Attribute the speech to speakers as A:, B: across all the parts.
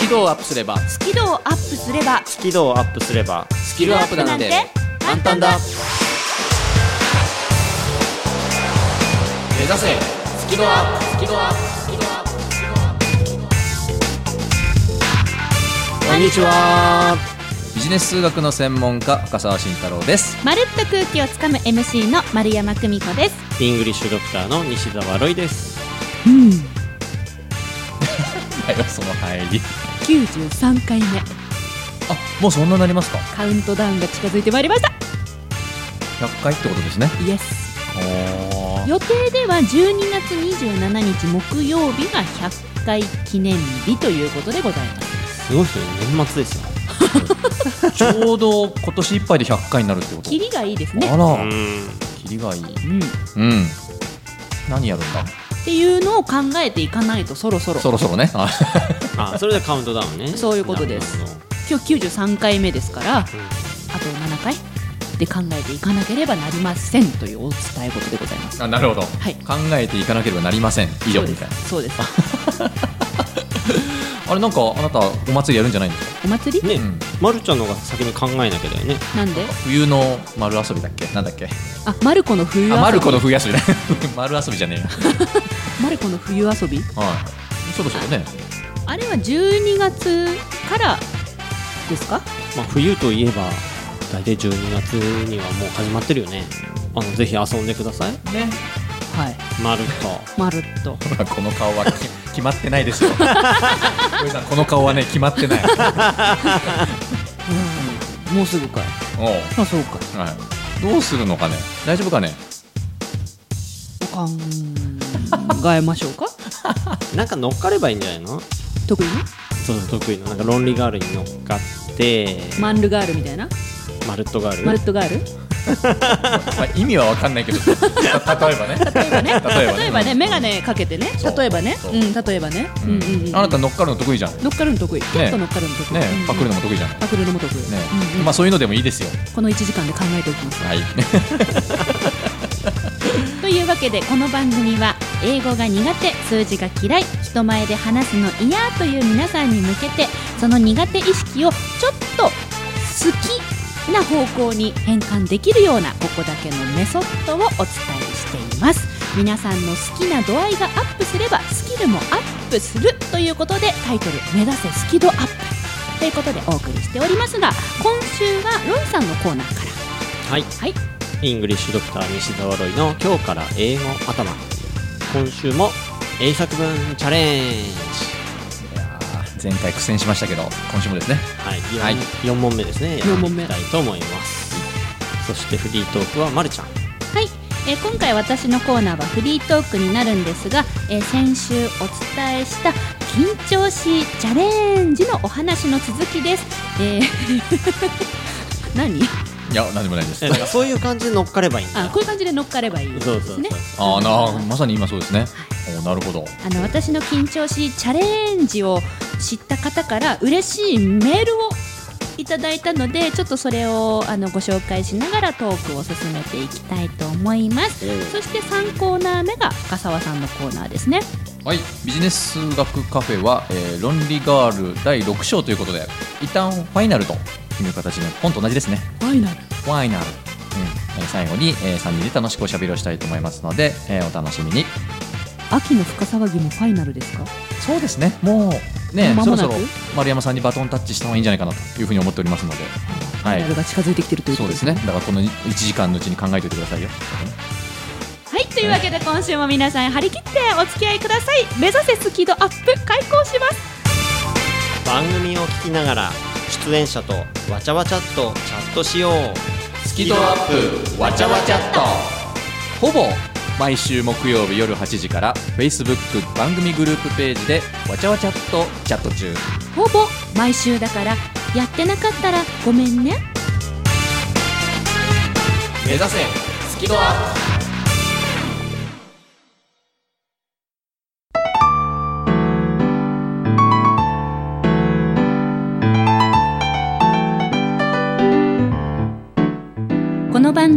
A: キ度をアップすれば
B: スキルをアップすれば
C: スキルをアップすれば
A: スキルアップなんて簡単だ目指せスキルアップスキルアップスキルアップスキルアップこんにちはビジネス数学の専門家深澤慎太郎です
B: まるっと空気をつかむ MC の丸山久美子です
C: イングリッシュドクターの西澤ロイです
B: うん
A: だよその入り
B: 93回目
A: あもうそんなになりますか
B: カウントダウンが近づいてまいりました
A: 100回ってことですね
B: イエス
A: お
B: 予定では12月27日木曜日が100回記念日ということでございます
C: すごいですね年末ですよ
A: ちょうど今年いっぱいで100回になるってこと
B: キリがいいです
A: あ
B: ね
A: ら、
C: うん
A: キリがいい
B: うんっ
A: うん何やるんだ
B: ていうのを考えていかないとそろそろ
A: そろそろねあ
C: あそれでカウントダウン ね
B: そういうことです
C: なるほど
B: 今日93回目ですからあと
C: うん
B: 7回で考えていかなければなりませんというお伝え事でございます
A: あなるほど、
B: はい
A: 考えていかなければなりません以上みたいな
B: そうですそうです
A: あれなんかあなたお祭りやるんじゃないんですか、
B: お祭り、
C: ね、
A: うん
C: まるちゃんの方が先に考えなきゃだよね
B: なんで
A: 冬の丸遊びだっけなんだっけ
B: あマルコの冬遊び
A: あマルコの冬遊びだ 丸遊びじゃねえや
B: マルコの冬遊び
A: はいそろそろね
B: あれは12月からですか
C: まあ冬といえば大体12月にはもう始まってるよねあのぜひ遊んでください
A: ね
B: はい
C: まる
B: まるっと
A: ほらこの顔はき決まってないですよ小井さんこの顔はね決まってない
B: うんもうすぐかい
A: おう
B: あそうかい
A: はい、どうするのかね大丈夫かね
B: 考えましょう か
C: となんか乗っかればいいんじゃないの
B: 特に
C: そうそう得意のなんか論理ガールに乗っかって
B: マンルガールみたいな
C: まるっとガール
B: マルットガール
A: まあ、意味は分かんないけどた例えばね
B: 例
A: 例え
B: えばね
A: ばね
B: 例えばね眼鏡かけてね
A: そう
B: 例えばね
A: そう
B: うん例えばね
A: う
B: うんんうんうん
A: あなた乗っかるの得意じゃんね
B: 乗っかるの得意ちょっと乗っかるの得意うんうん
A: パクるのも得意じゃんね
B: パクるのも得意うんうん
A: まあそういうのでもいいですよ
B: この1時間で考えておきます
A: はい
B: というわけでこの番組は英語が苦手数字が嫌い人前で話すの嫌という皆さんに向けてその苦手意識をちょっと好きな方向に変換できるようなここだけのメソッドをお伝えしています皆さんの好きな度合いがアップすればスキルもアップするということでタイトル「目指せスキルアップ」ということでお送りしておりますが今週はロイさんのコーナーから
C: はい
B: はい
C: イングリッシュドクター西澤ロイの今日から英語頭今週も英作文チャレンジ
A: 前回苦戦しましたけど今週もですね
C: はい4、
A: はい
C: 四問目ですね
B: 四問目
C: やっていきたいと思いますそしてフリートークはまるちゃん
B: はい、えー今回私のコーナーはフリートークになるんですが、えー先週お伝えした緊張しチャレンジのお話の続きです。えー 何
A: いや何でもないです
C: えなんかそういう感じで乗っかればいいんだ
B: あ
C: よ
B: こういう感じで乗っかればいいです
C: そ
B: ね。
C: うそうそう、
A: ああなまさに今そうですねおなるほど
B: あの私の緊張しチャレンジを知った方から嬉しいメールをいただいたのでちょっとそれをあのご紹介しながらトークを進めていきたいと思います
C: お
B: そ
C: う
B: して3コーナー目が深澤さんのコーナーですね
A: はいビジネス数学カフェは、えー論理ガール第6章ということで一旦ファイナルという形で本と同じですね
B: ファイナル
A: ファイナル、うんえー最後に、え3人で楽しくおしゃべりをしたいと思いますので、えーお楽しみに
B: 秋の深騒ぎもファイナルですか
A: そうですねもうね
B: もう間
A: そろ
B: もな
A: そ
B: く
A: ろ丸山さんにバトンタッチした方がいいんじゃないかなというふうに思っておりますので
B: フ
A: は
B: ァイ
A: い
B: ナルが近づいてきてるというこ
A: そう
B: と
A: ですねだからこの1時間のうちに考えておいてくださいよ
B: はいというわけで今週も皆さん張り切ってお付き合いください目指せスキードアップ開講します
C: 番組を聞きながら出演者とわちゃわちゃっとチャットしよう
A: ス
C: キドアップわちゃわちゃっ
A: とほぼ毎週木曜日夜8時から Facebook 番組グループページでわちゃわちゃっとチャット中
B: ほぼ毎週だからやってなかったらごめんね
A: 目指せスキドアップ
B: この番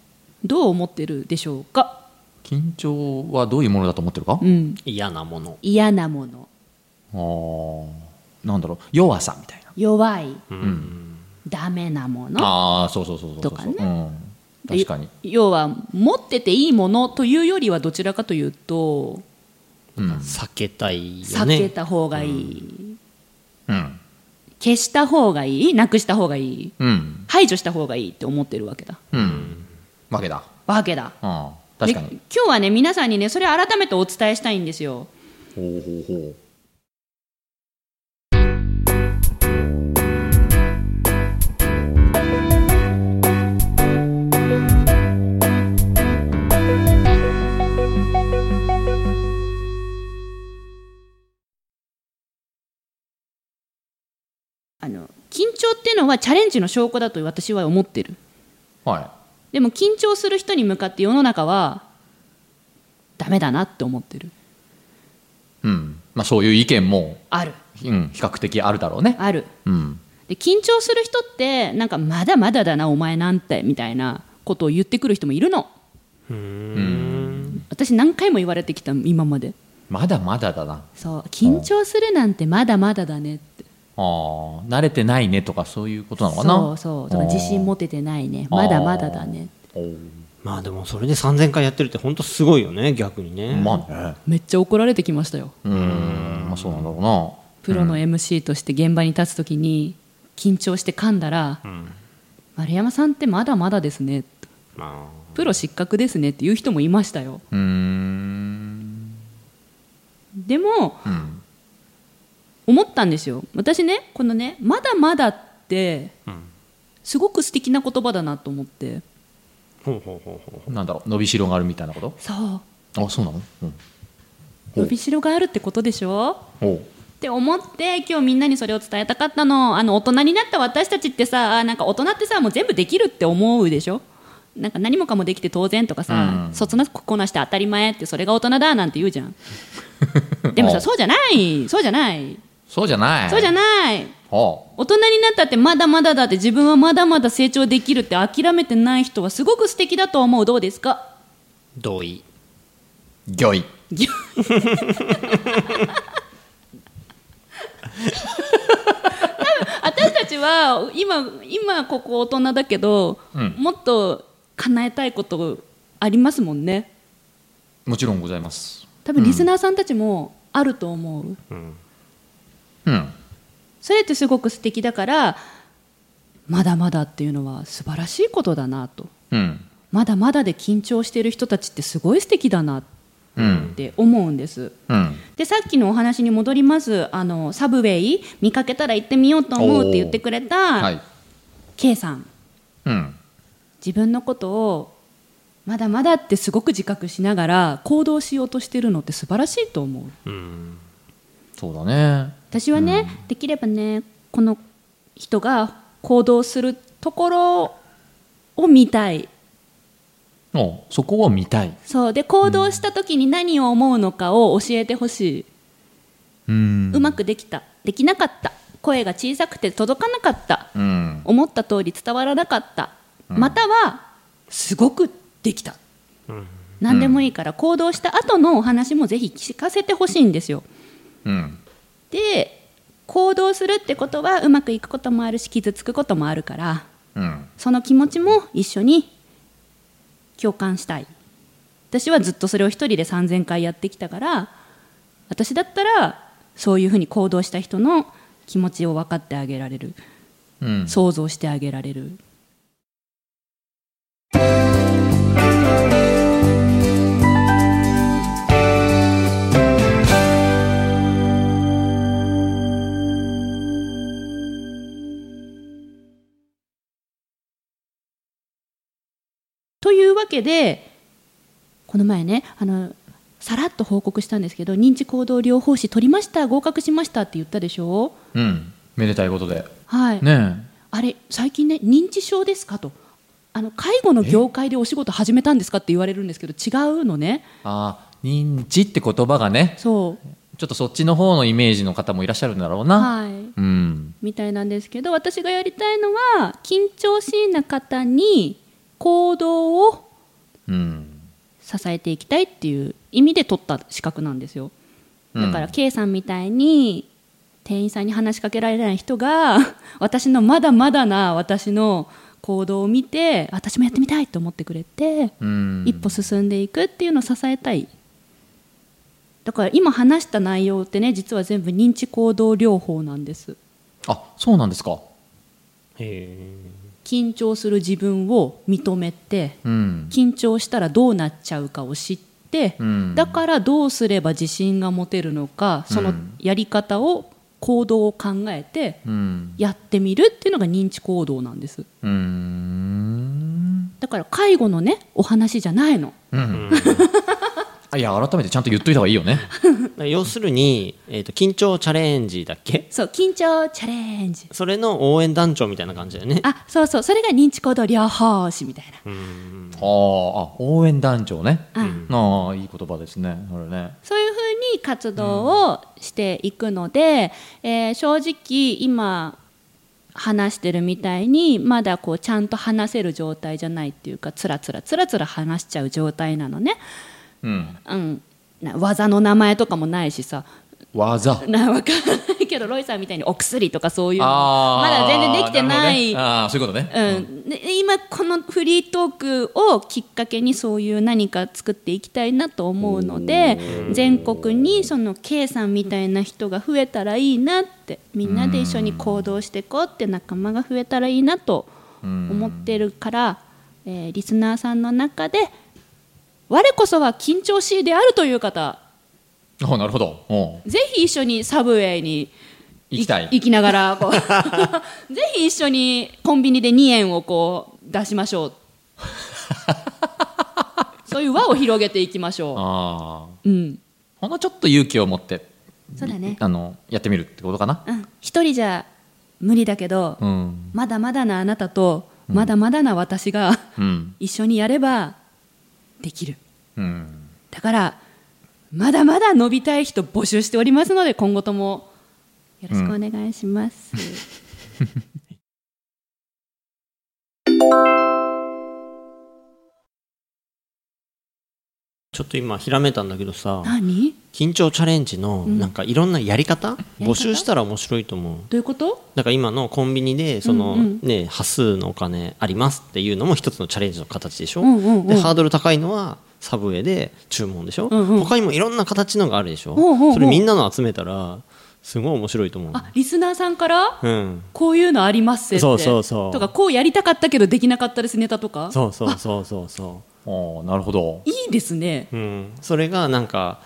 B: どう思ってるでしょうか
A: 緊張はどういうものだと思ってるか
B: うん
C: 嫌なもの、
B: 嫌なもの
A: あーなんだろう弱さみたいな
B: 弱い
C: うん
B: ダメなもの
A: ああそうそうそうそうそう
B: とかね
A: うん、確かに
B: 要は持ってていいものというよりはどちらかというと
A: うん
C: 避けたいよね
B: 避けた方がいい、
A: うん
B: 消した方がいいなくした方がいい
A: うん
B: 排除した方がいいって思ってるわけだ
A: うんわけだ
B: わけだ
A: うん確か
B: で
A: に
B: 今日はね皆さんにねそれ改めてお伝えしたいんですよ
A: ほうほうほう
B: あの緊張っていうのはチャレンジの証拠だと私は思ってる
A: は
B: でも緊張する人に向かって世の中はダメだなって思ってる
A: い、うんまあ、そういう意見も、
B: ある
A: うん、比較的あるだろうね、
B: ある
A: うん、
B: で緊張する人ってなんかまだまだだなお前なんてみたいなことを言ってくる人もいるの
C: うーん
B: 私何回も言われてきた今まで
A: まだまだだな
B: そう緊張するなんてまだまだだねって
A: あー慣れてないねとかそういうことなのかな
B: そうそうとか自信持ててないねまだまだだね
A: あー
C: まあでもそれで3000回やってるって本当すごいよね逆にね、
A: まあね
B: めっちゃ怒られてきましたよ
A: うんまあそうなんだろうな
B: プロの MC として現場に立つ時に緊張して噛んだら
C: ん
B: 「丸山さんってまだまだですね」
C: まあ
B: プロ失格ですねっていう人もいましたよ
A: うーん
B: でも
A: うん
B: 思ったんですよ私ねこのね「まだまだ」って
C: うん
B: すごく素敵な言葉だなと思って
C: ほうほうほうほう
A: なんだろう伸びしろがあるみたいなこと
B: そう
A: あそうなのうんほう
B: 伸びしろがあるってことでしょ
A: おう
B: って思って今日みんなにそれを伝えたかったのあの大人になった私たちってさなんか大人ってさもう全部できるって思うでしょなんか何もかもできて当然とかさ、
A: うん
B: そつなくこなして当たり前ってそれが大人だなんて言う じゃんでもさそうじゃないそうじゃない
A: そうじゃない
B: そうじゃ
A: い
B: ない
A: ほ
B: 大人になったってまだまだだって自分はまだまだ成長できるって諦めてない人はすごく素敵だと思うどうですか
C: 同意
A: うギョイ
B: ぎょ多分私たちは今今ここ大人だけど、
A: うん
B: もっと叶えたいことありますもんね
A: もちろんございます
B: 多分リスナーさんたちもあると思う、
C: うん
A: うん
B: それってすごく素敵だからまだまだっていうのは素晴らしいことだなと
A: うん
B: まだまだで緊張してる人たちってすごい素敵だなっ
A: うん
B: て思うんです
A: うん
B: でさっきのお話に戻りますあのサブウェイ見かけたら行ってみようと思うって言ってくれ
A: は
B: た
A: い
B: K さん
A: うん
B: 自分のことをまだまだってすごく自覚しながら行動しようとしてるのって素晴らしいと思う
C: うん
A: そうだね
B: 私はね、できればねこの人が行動するところを見たい
A: おそこを見たい
B: そうで行動した時に何を思うのかを教えてほしい、
A: うん
B: うまくできたできなかった声が小さくて届かなかった
A: うん
B: 思った通り伝わらなかった、
A: うん
B: またはすごくできた
C: うん
B: 何でもいいから行動した後のお話もぜひ聞かせてほしいんですよ
A: うん
B: で行動するってことはうまくいくこともあるし傷つくこともあるから
A: うん
B: その気持ちも一緒に共感したい私はずっとそれを一人で3,000回やってきたから私だったらそういうふうに行動した人の気持ちを分かってあげられる
A: うん
B: 想像してあげられるというわけでこの前ねあのさらっと報告したんですけど認知行動療法士取りました合格しましたって言ったでしょ
A: うんめでたいことで
B: はい、
A: ね
B: あれ最近ね認知症ですかとあの介護の業界でお仕事始めたんですかって言われるんですけど違うのね
A: えあー認知って言葉がね
B: そう
A: ちょっとそっちの方のイメージの方もいらっしゃるんだろうな、
B: はい
A: うん
B: みたいなんですけど私がやりたいのは緊張しいな方に行動を
A: うん
B: 支えていきたいっていう意味で取った資格なんですよだから
A: うん
B: K さんみたいに店員さんに話しかけられない人が 私のまだまだな私の行動を見て私もやってみたいと思ってくれて
A: うん
B: 一歩進んでいくっていうのを支えたいだから今話した内容ってね実は全部認知行動療法なんです
A: あそうなんですか
C: へ
B: 緊張する自分を認めて
A: うん、
B: 緊張したらどうなっちゃうかを知って、
A: うん、
B: だからどうすれば自信が持てるのかそのやり方を行動を考えて
A: うん
B: やってみるっていうのが認知行動なんです
A: うーん
B: だから介護のねお話じゃないの
A: う
C: え、うんん
A: あいや改めてちゃんと言っといた方がいいよね
C: 要するに、えー、と緊張チャレンジだっけ
B: そう緊張チャレンジ
C: それの応援団長みたいな感じだよね
B: あそうそうそれが認知行動療法士みたいな
C: うん
A: あーあ応援団長ね
B: うん
A: ああいい言葉ですねそれね
B: そういうふうに活動をしていくので、えー正直今話してるみたいにまだこうちゃんと話せる状態じゃないっていうかつらつらつらつら話しちゃう状態なのね、
A: うん
B: うん、な技の名前とかもないしさ
A: 技
B: なわからないけどロイさんみたいにお薬とかそういうの
A: あ
B: ま
A: ー
B: だ全然できてない
A: るほどねああそういうことね
B: うん、で今このフリートークをきっかけにそういう何か作っていきたいなと思うので全国にその K さんみたいな人が増えたらいいなってみんなで一緒に行動していこうって仲間が増えたらいいなと
A: うん
B: 思ってるから、えーリスナーさんの中で我こそは緊張しいであるという方
A: あなるほどおう
B: ぜひ一緒にサブウェイに
A: 行きたい
B: 行きながら こうぜひ一緒にコンビニで2円をこう出しましょう そういう輪を広げていきましょ
A: ああ
B: う、うん、
A: ほんのちょっと勇気を持って
B: そうだね
A: あのやってみるってことかな
B: うん、一人じゃ無理だけど、
A: うん
B: まだまだなあなたとまだまだな私が
A: うん
B: 一緒にやればできる
A: うん
B: だからまだまだ伸びたい人募集しておりますので今後ともよろしくお願いします、
C: ちょっと今ひらめたんだけどさ
B: 何
C: 緊張チャレンジの
B: うん
C: なんかいろんなやり方、
B: 方
C: 募集したら面白いと思う
B: どういうこと
C: だから今のコンビニでその、
B: うんうん
C: ね端数のお金ありますっていうのも一つのチャレンジの形でしょ、
B: うんうんうん
C: でハードル高いのはサブウェイで注文でしょ、
B: うんうん
C: 他にもいろんな形のがあるでしょ、
B: おうおうおう
C: それみんなの集めたらすごい面白いと思う
B: あリスナーさんから
C: うん
B: こういうのありますって
C: そうそうそう
B: とかこうやりたかったけどできなかったですネタとか
C: そうそうそうそうそ
A: おうなるほど
B: いいですね
C: う、うん、それがなんか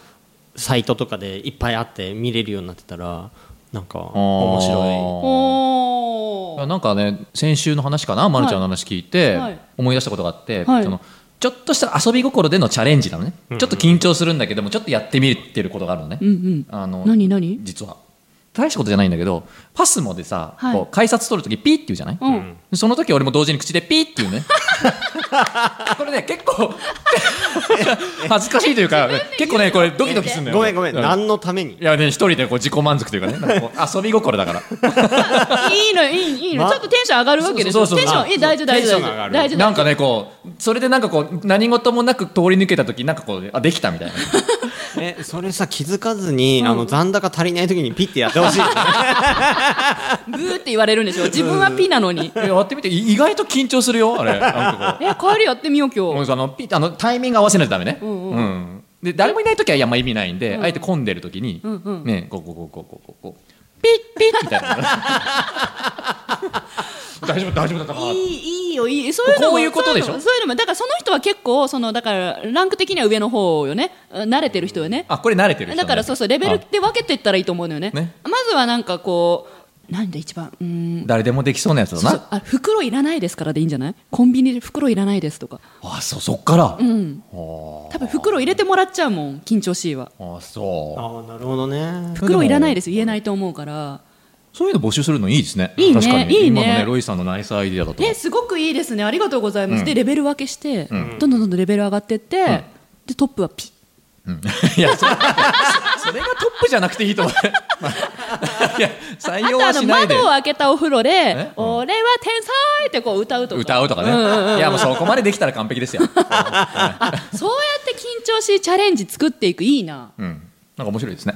C: サイトとかでいっぱいあって見れるようになってたらなんか面白
A: い
B: お
A: いや
B: ー
A: なんかね先週の話かな、ま、るちゃんの話聞いて、
B: はい
A: 思い出したことがあって、
B: はい
A: そのちょっとした遊び心でのチャレンジなのね、ちょっと緊張するんだけどもちょっとやってみてることがあるのね、
B: うんうん
A: あの
B: 何何
A: 実は大したことじゃないんだけどパスモでさ、
B: はい
A: こう改札取るときピーって言うじゃない、
B: うん、
A: その時俺も同時に口でピーって 言うねこれね結構恥ずかしいというか結構ねこれドキドキするの
C: い
A: よ
C: ごめんごめん
A: う
C: 何のために
A: いやね一人でこう自己満足というかねなんかこう遊び心だから
B: いいのいいいいの、
C: ま
B: ちょっとテンション上がるわけでしょ
A: そうそうそう
B: テンショ
A: あ
B: ンいい大丈夫大丈
C: テ
B: 夫
C: ンションが上がる
B: 大丈夫
A: なんかねこうそれでなんかこう何事もなく通り抜けた時なんかこうあできた みたいな
C: えそれさ気づかずに、あの残高足りない時にピッてやってほし いよね
B: ブーって言われるんでしょ自分はピなのに
A: えやってみてい意外と緊張するよあ れなんかこ
B: え帰りやってみよう
A: うも
B: 今
A: う
B: 日
A: そのピあのタイミング合わせないとダメね、
B: んうん
A: うんで誰もいない時はいやまあ意味ないんで、あえて混んでる時に、
B: うんうん
A: ねこうこうこうこうこうこうピピッみたい な大丈夫大丈夫だったかない
B: いいいよいいそういうのも
A: こういうことでしょ
B: そういうのもそういうのもだからその人は結構そのだからランク的には上の方よねうん慣れてる人よね
A: あこれ慣れてる人、ね、
B: だからそうそうレベル
A: あ
B: で分けていったらいいと思うのよね
A: ね
B: まずはなんかこうなんで一番うーん
A: 誰でもできそうなやつだ
B: そう
A: な
B: そうあ袋いらないですからでいいんじゃないコンビニで袋いらないですとか
A: あそうそっから、
B: うん
A: あ
B: 多分袋入れてもらっちゃうもん緊張しいは
A: あそ
C: ああなるほどね
A: う
B: 袋いらないですす言えないと思うから
A: そういうの募集するのいいですね
B: いいね
A: 確かに
B: いいね
A: 今のねロイさんのナイスアイディアだと思う
B: ねすごくいいですねありがとうございます、
A: うん
B: でレベル分けして、
A: ん
B: どんどんどんどんレベル上がってって、でトップはピッ
A: うんいやそれ それがトップじゃなくていいと思う、 まあいや採
B: あ
A: 用
B: とあ
A: は
B: の
A: しないで
B: 窓を開けたお風呂で
A: え
B: 「俺は天才!」ってこう歌うとか
A: 歌うとかね、
B: んんうん
A: いやもうそこまでできたら完璧ですよ、
B: あそうやって緊張しチャレンジ作っていくいいな、
A: うん、なんか面白いですね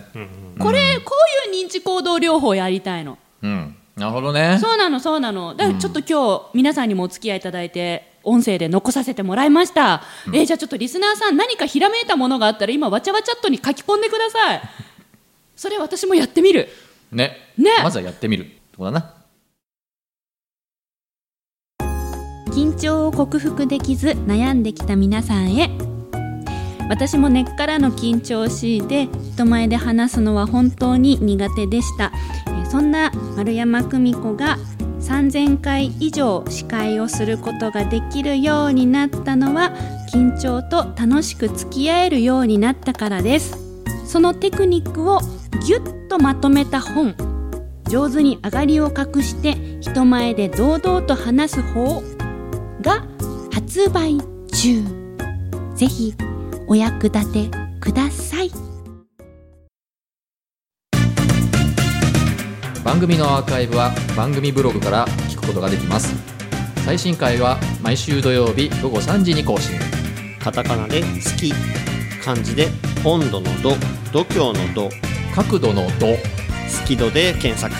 B: これこういう認知行動療法やりたいの
A: うんなるほどね
B: そうなのそうなのだからちょっと今日皆さんにもお付き合いいただいて音声で残させてもらいました、えーじゃあちょっとリスナーさん何かひらめいたものがあったら今わちゃわちゃっとに書き込んでくださいそれ私もやってみる
A: ね
B: ね
A: まずはやってみるってことだな
B: 緊張を克服できず悩んできた皆さんへ私も根っからの緊張しいで人前で話すのは本当に苦手でしたえーそんな丸山久美子が3000回以上司会をすることができるようになったのは緊張と楽しく付き合えるようになったからですそのテクニックをぎゅっとまとめた本上手に上がりを隠して人前で堂々と話す方が発売中ぜひお役立てください
A: 番組のアーカイブは番組ブログから聞くことができます最新回は毎週土曜日午後3時に更新
C: カタカナで「好き」漢字で「温度の度」「度胸の度」
A: 角度の度
C: 「好き度」で検索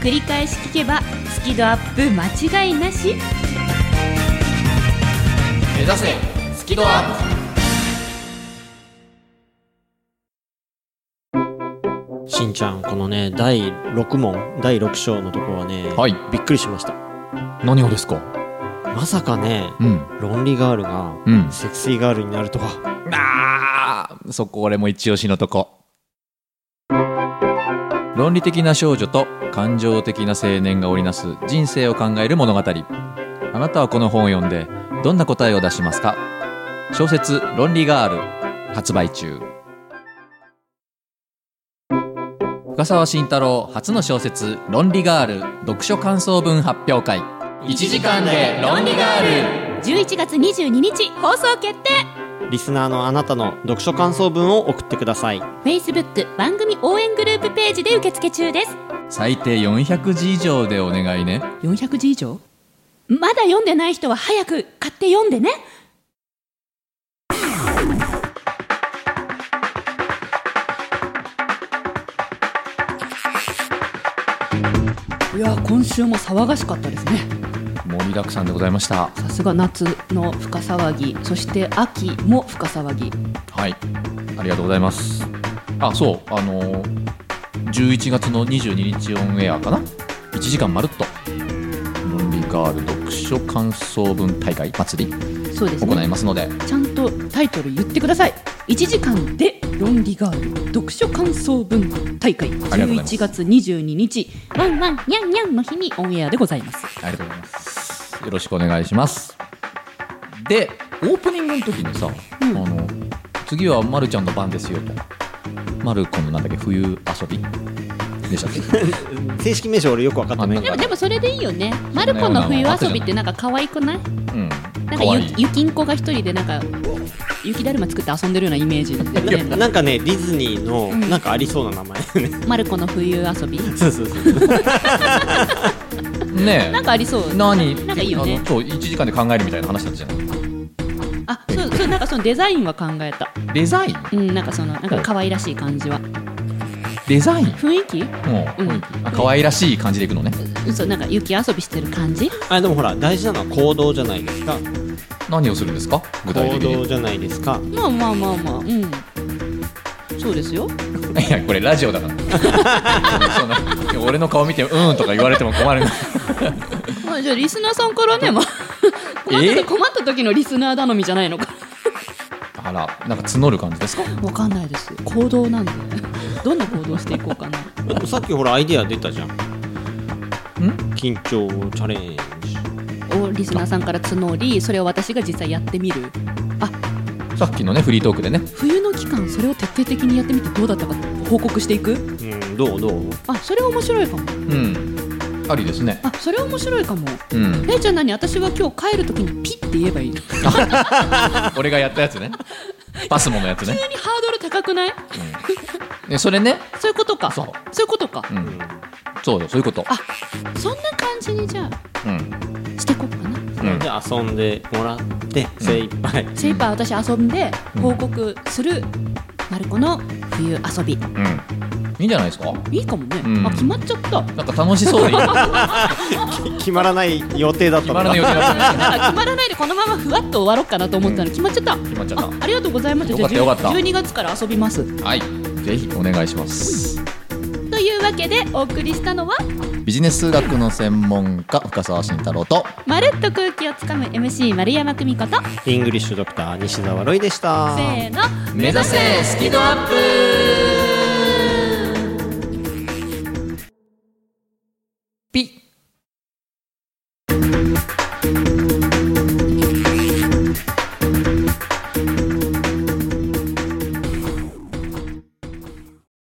B: 繰り返し聞けばスキドアップ間違いなし
A: 目指せスキドアッ
C: しんちゃんこのね第6問第6章のところはね、
A: はい
C: びっくりしました
A: 何をですか
C: まさかね
A: うん
C: ロンリーガールが
A: うん
C: セクシーガールになるとは
A: あーそこ俺も一押しのとこ論理的な少女と感情的な青年が織りなす人生を考える物語あなたはこの本を読んでどんな答えを出しますか小説「論理ガール」発売中深沢慎太郎初の小説「論理ガール」読書感想文発表会1時間で論理ガール
B: 11月22日放送決定
C: リスナーのあなたの読書感想文を送ってください
B: Facebook 番組応援グループページで受付中です
A: 最低400字以上でお願いね
B: 400字以上まだ読んでない人は早く買って読んでねいや今週も騒がしかったですね
A: 盛りだくさんでございました
B: さすが夏の深騒ぎそして秋も深騒ぎ
A: はいありがとうございますあそうあのー11月の22日オンエアかな1時間まるっと「ロンリーガール読書感想文大会祭り
B: そうで」す
A: 行い
B: ね
A: ますので
B: ちゃんとタイトル言ってください1時間で論理ガール読書感想文化大会
A: ありがとうございます
B: 11月22日ワンワンニャンニャンの日にオンエアでございます
A: ありがとうございますよろしくお願いしますでオープニングの時にさ、
B: うん
A: あの次はまるちゃんの番ですよとまるこのなんだっけ冬遊びでしたっけ
C: 正式名称俺よく分かってない
A: あ
B: で
A: な
B: も
A: んか
B: でもそれでいいよねマルコの冬遊びってなんか可愛くない
A: うん
B: なん
A: か
B: か
A: わいい
B: ゆゆきんこが一人でなんか雪だるま作って遊んでるようなイメージで
C: な
B: ね
C: なんかねディズニーの
B: ん
C: なんかありそうな名前
B: マルコの冬遊び
C: そうそうそう
A: ねえ
B: なんかありそう
A: 何
B: なんかいいよね
A: あのそう1時間で考えるみたいな話だったじゃん
B: あそうそうなんかそのデザインは考えた
A: デザイン
B: うんなんかそのなんか可愛らしい感じは
A: デザイン
B: 雰囲気
A: もう、
B: うん
A: あ可愛らしい感じでいくのね
B: そうなんか雪遊びしてる感じ
C: あでもほら大事なのは行動じゃないですか
A: 何をするんですか具体
C: 行
A: 的
C: 動
A: に
C: じゃないですか
B: まあまあまあまあうんそうですよ
A: いやこれラジオだから その俺の顔見て「うん」とか言われても困るな
B: まあじゃあリスナーさんからね、 まあ、困っ
C: え
B: た困った時のリスナー頼みじゃないのか
A: あらなんか募る感じですか
B: わかんないです行動なんでどんな行動していこうかな
C: さっきほらアイデア出たじゃん
A: ん
C: 緊張チャレンジ
B: をリスナーさんから募りそれを私が実際やってみる
A: さっきのねフリートークでね
B: 冬の期間それを徹底的にやってみてどうだったか報告していく
C: うんどうどう
B: あそれ面白いかも
A: うんありですね
B: あそれ面白いかも
A: うん
B: えじゃあ何私は今日帰る時にピッて言えばいいの急
A: 俺がやったやつねパスモのやつね、
B: にハードル高くない
A: うん、でそれね
B: そういうことか
A: そう
B: いうことか
A: う
C: うんん
A: そうよそういうこと
B: あそんな感じにじゃあ
A: うん
B: していこうかな
A: うん
C: で遊んでもらって精一杯
B: 精一杯私遊んで報告するまる子の冬遊び
A: うんいいんじゃないですか
B: いいかもね、
A: うん
B: あ決まっちゃった
A: なんか楽しそうでいい決
C: 決まらない予定だった
A: まらない予定だったね
B: だから決まらないでこのままふわっと終わろうかなと思ったのに決まっちゃった、
A: 決まっちゃ
B: あ
A: っ
B: ありがとうございまし
A: よ
B: た
A: かったよかった
B: じゃあ12月から遊びます
A: たはいぜひお願いします
B: というわけでお送りしたのは
A: ビジネス数学の専門家深澤慎太郎と
B: 「まるっと空気をつかむ MC 丸山久美子」と
C: イングリッシュドクター西澤ロイでした
B: せーの
A: 目指せスキドアップ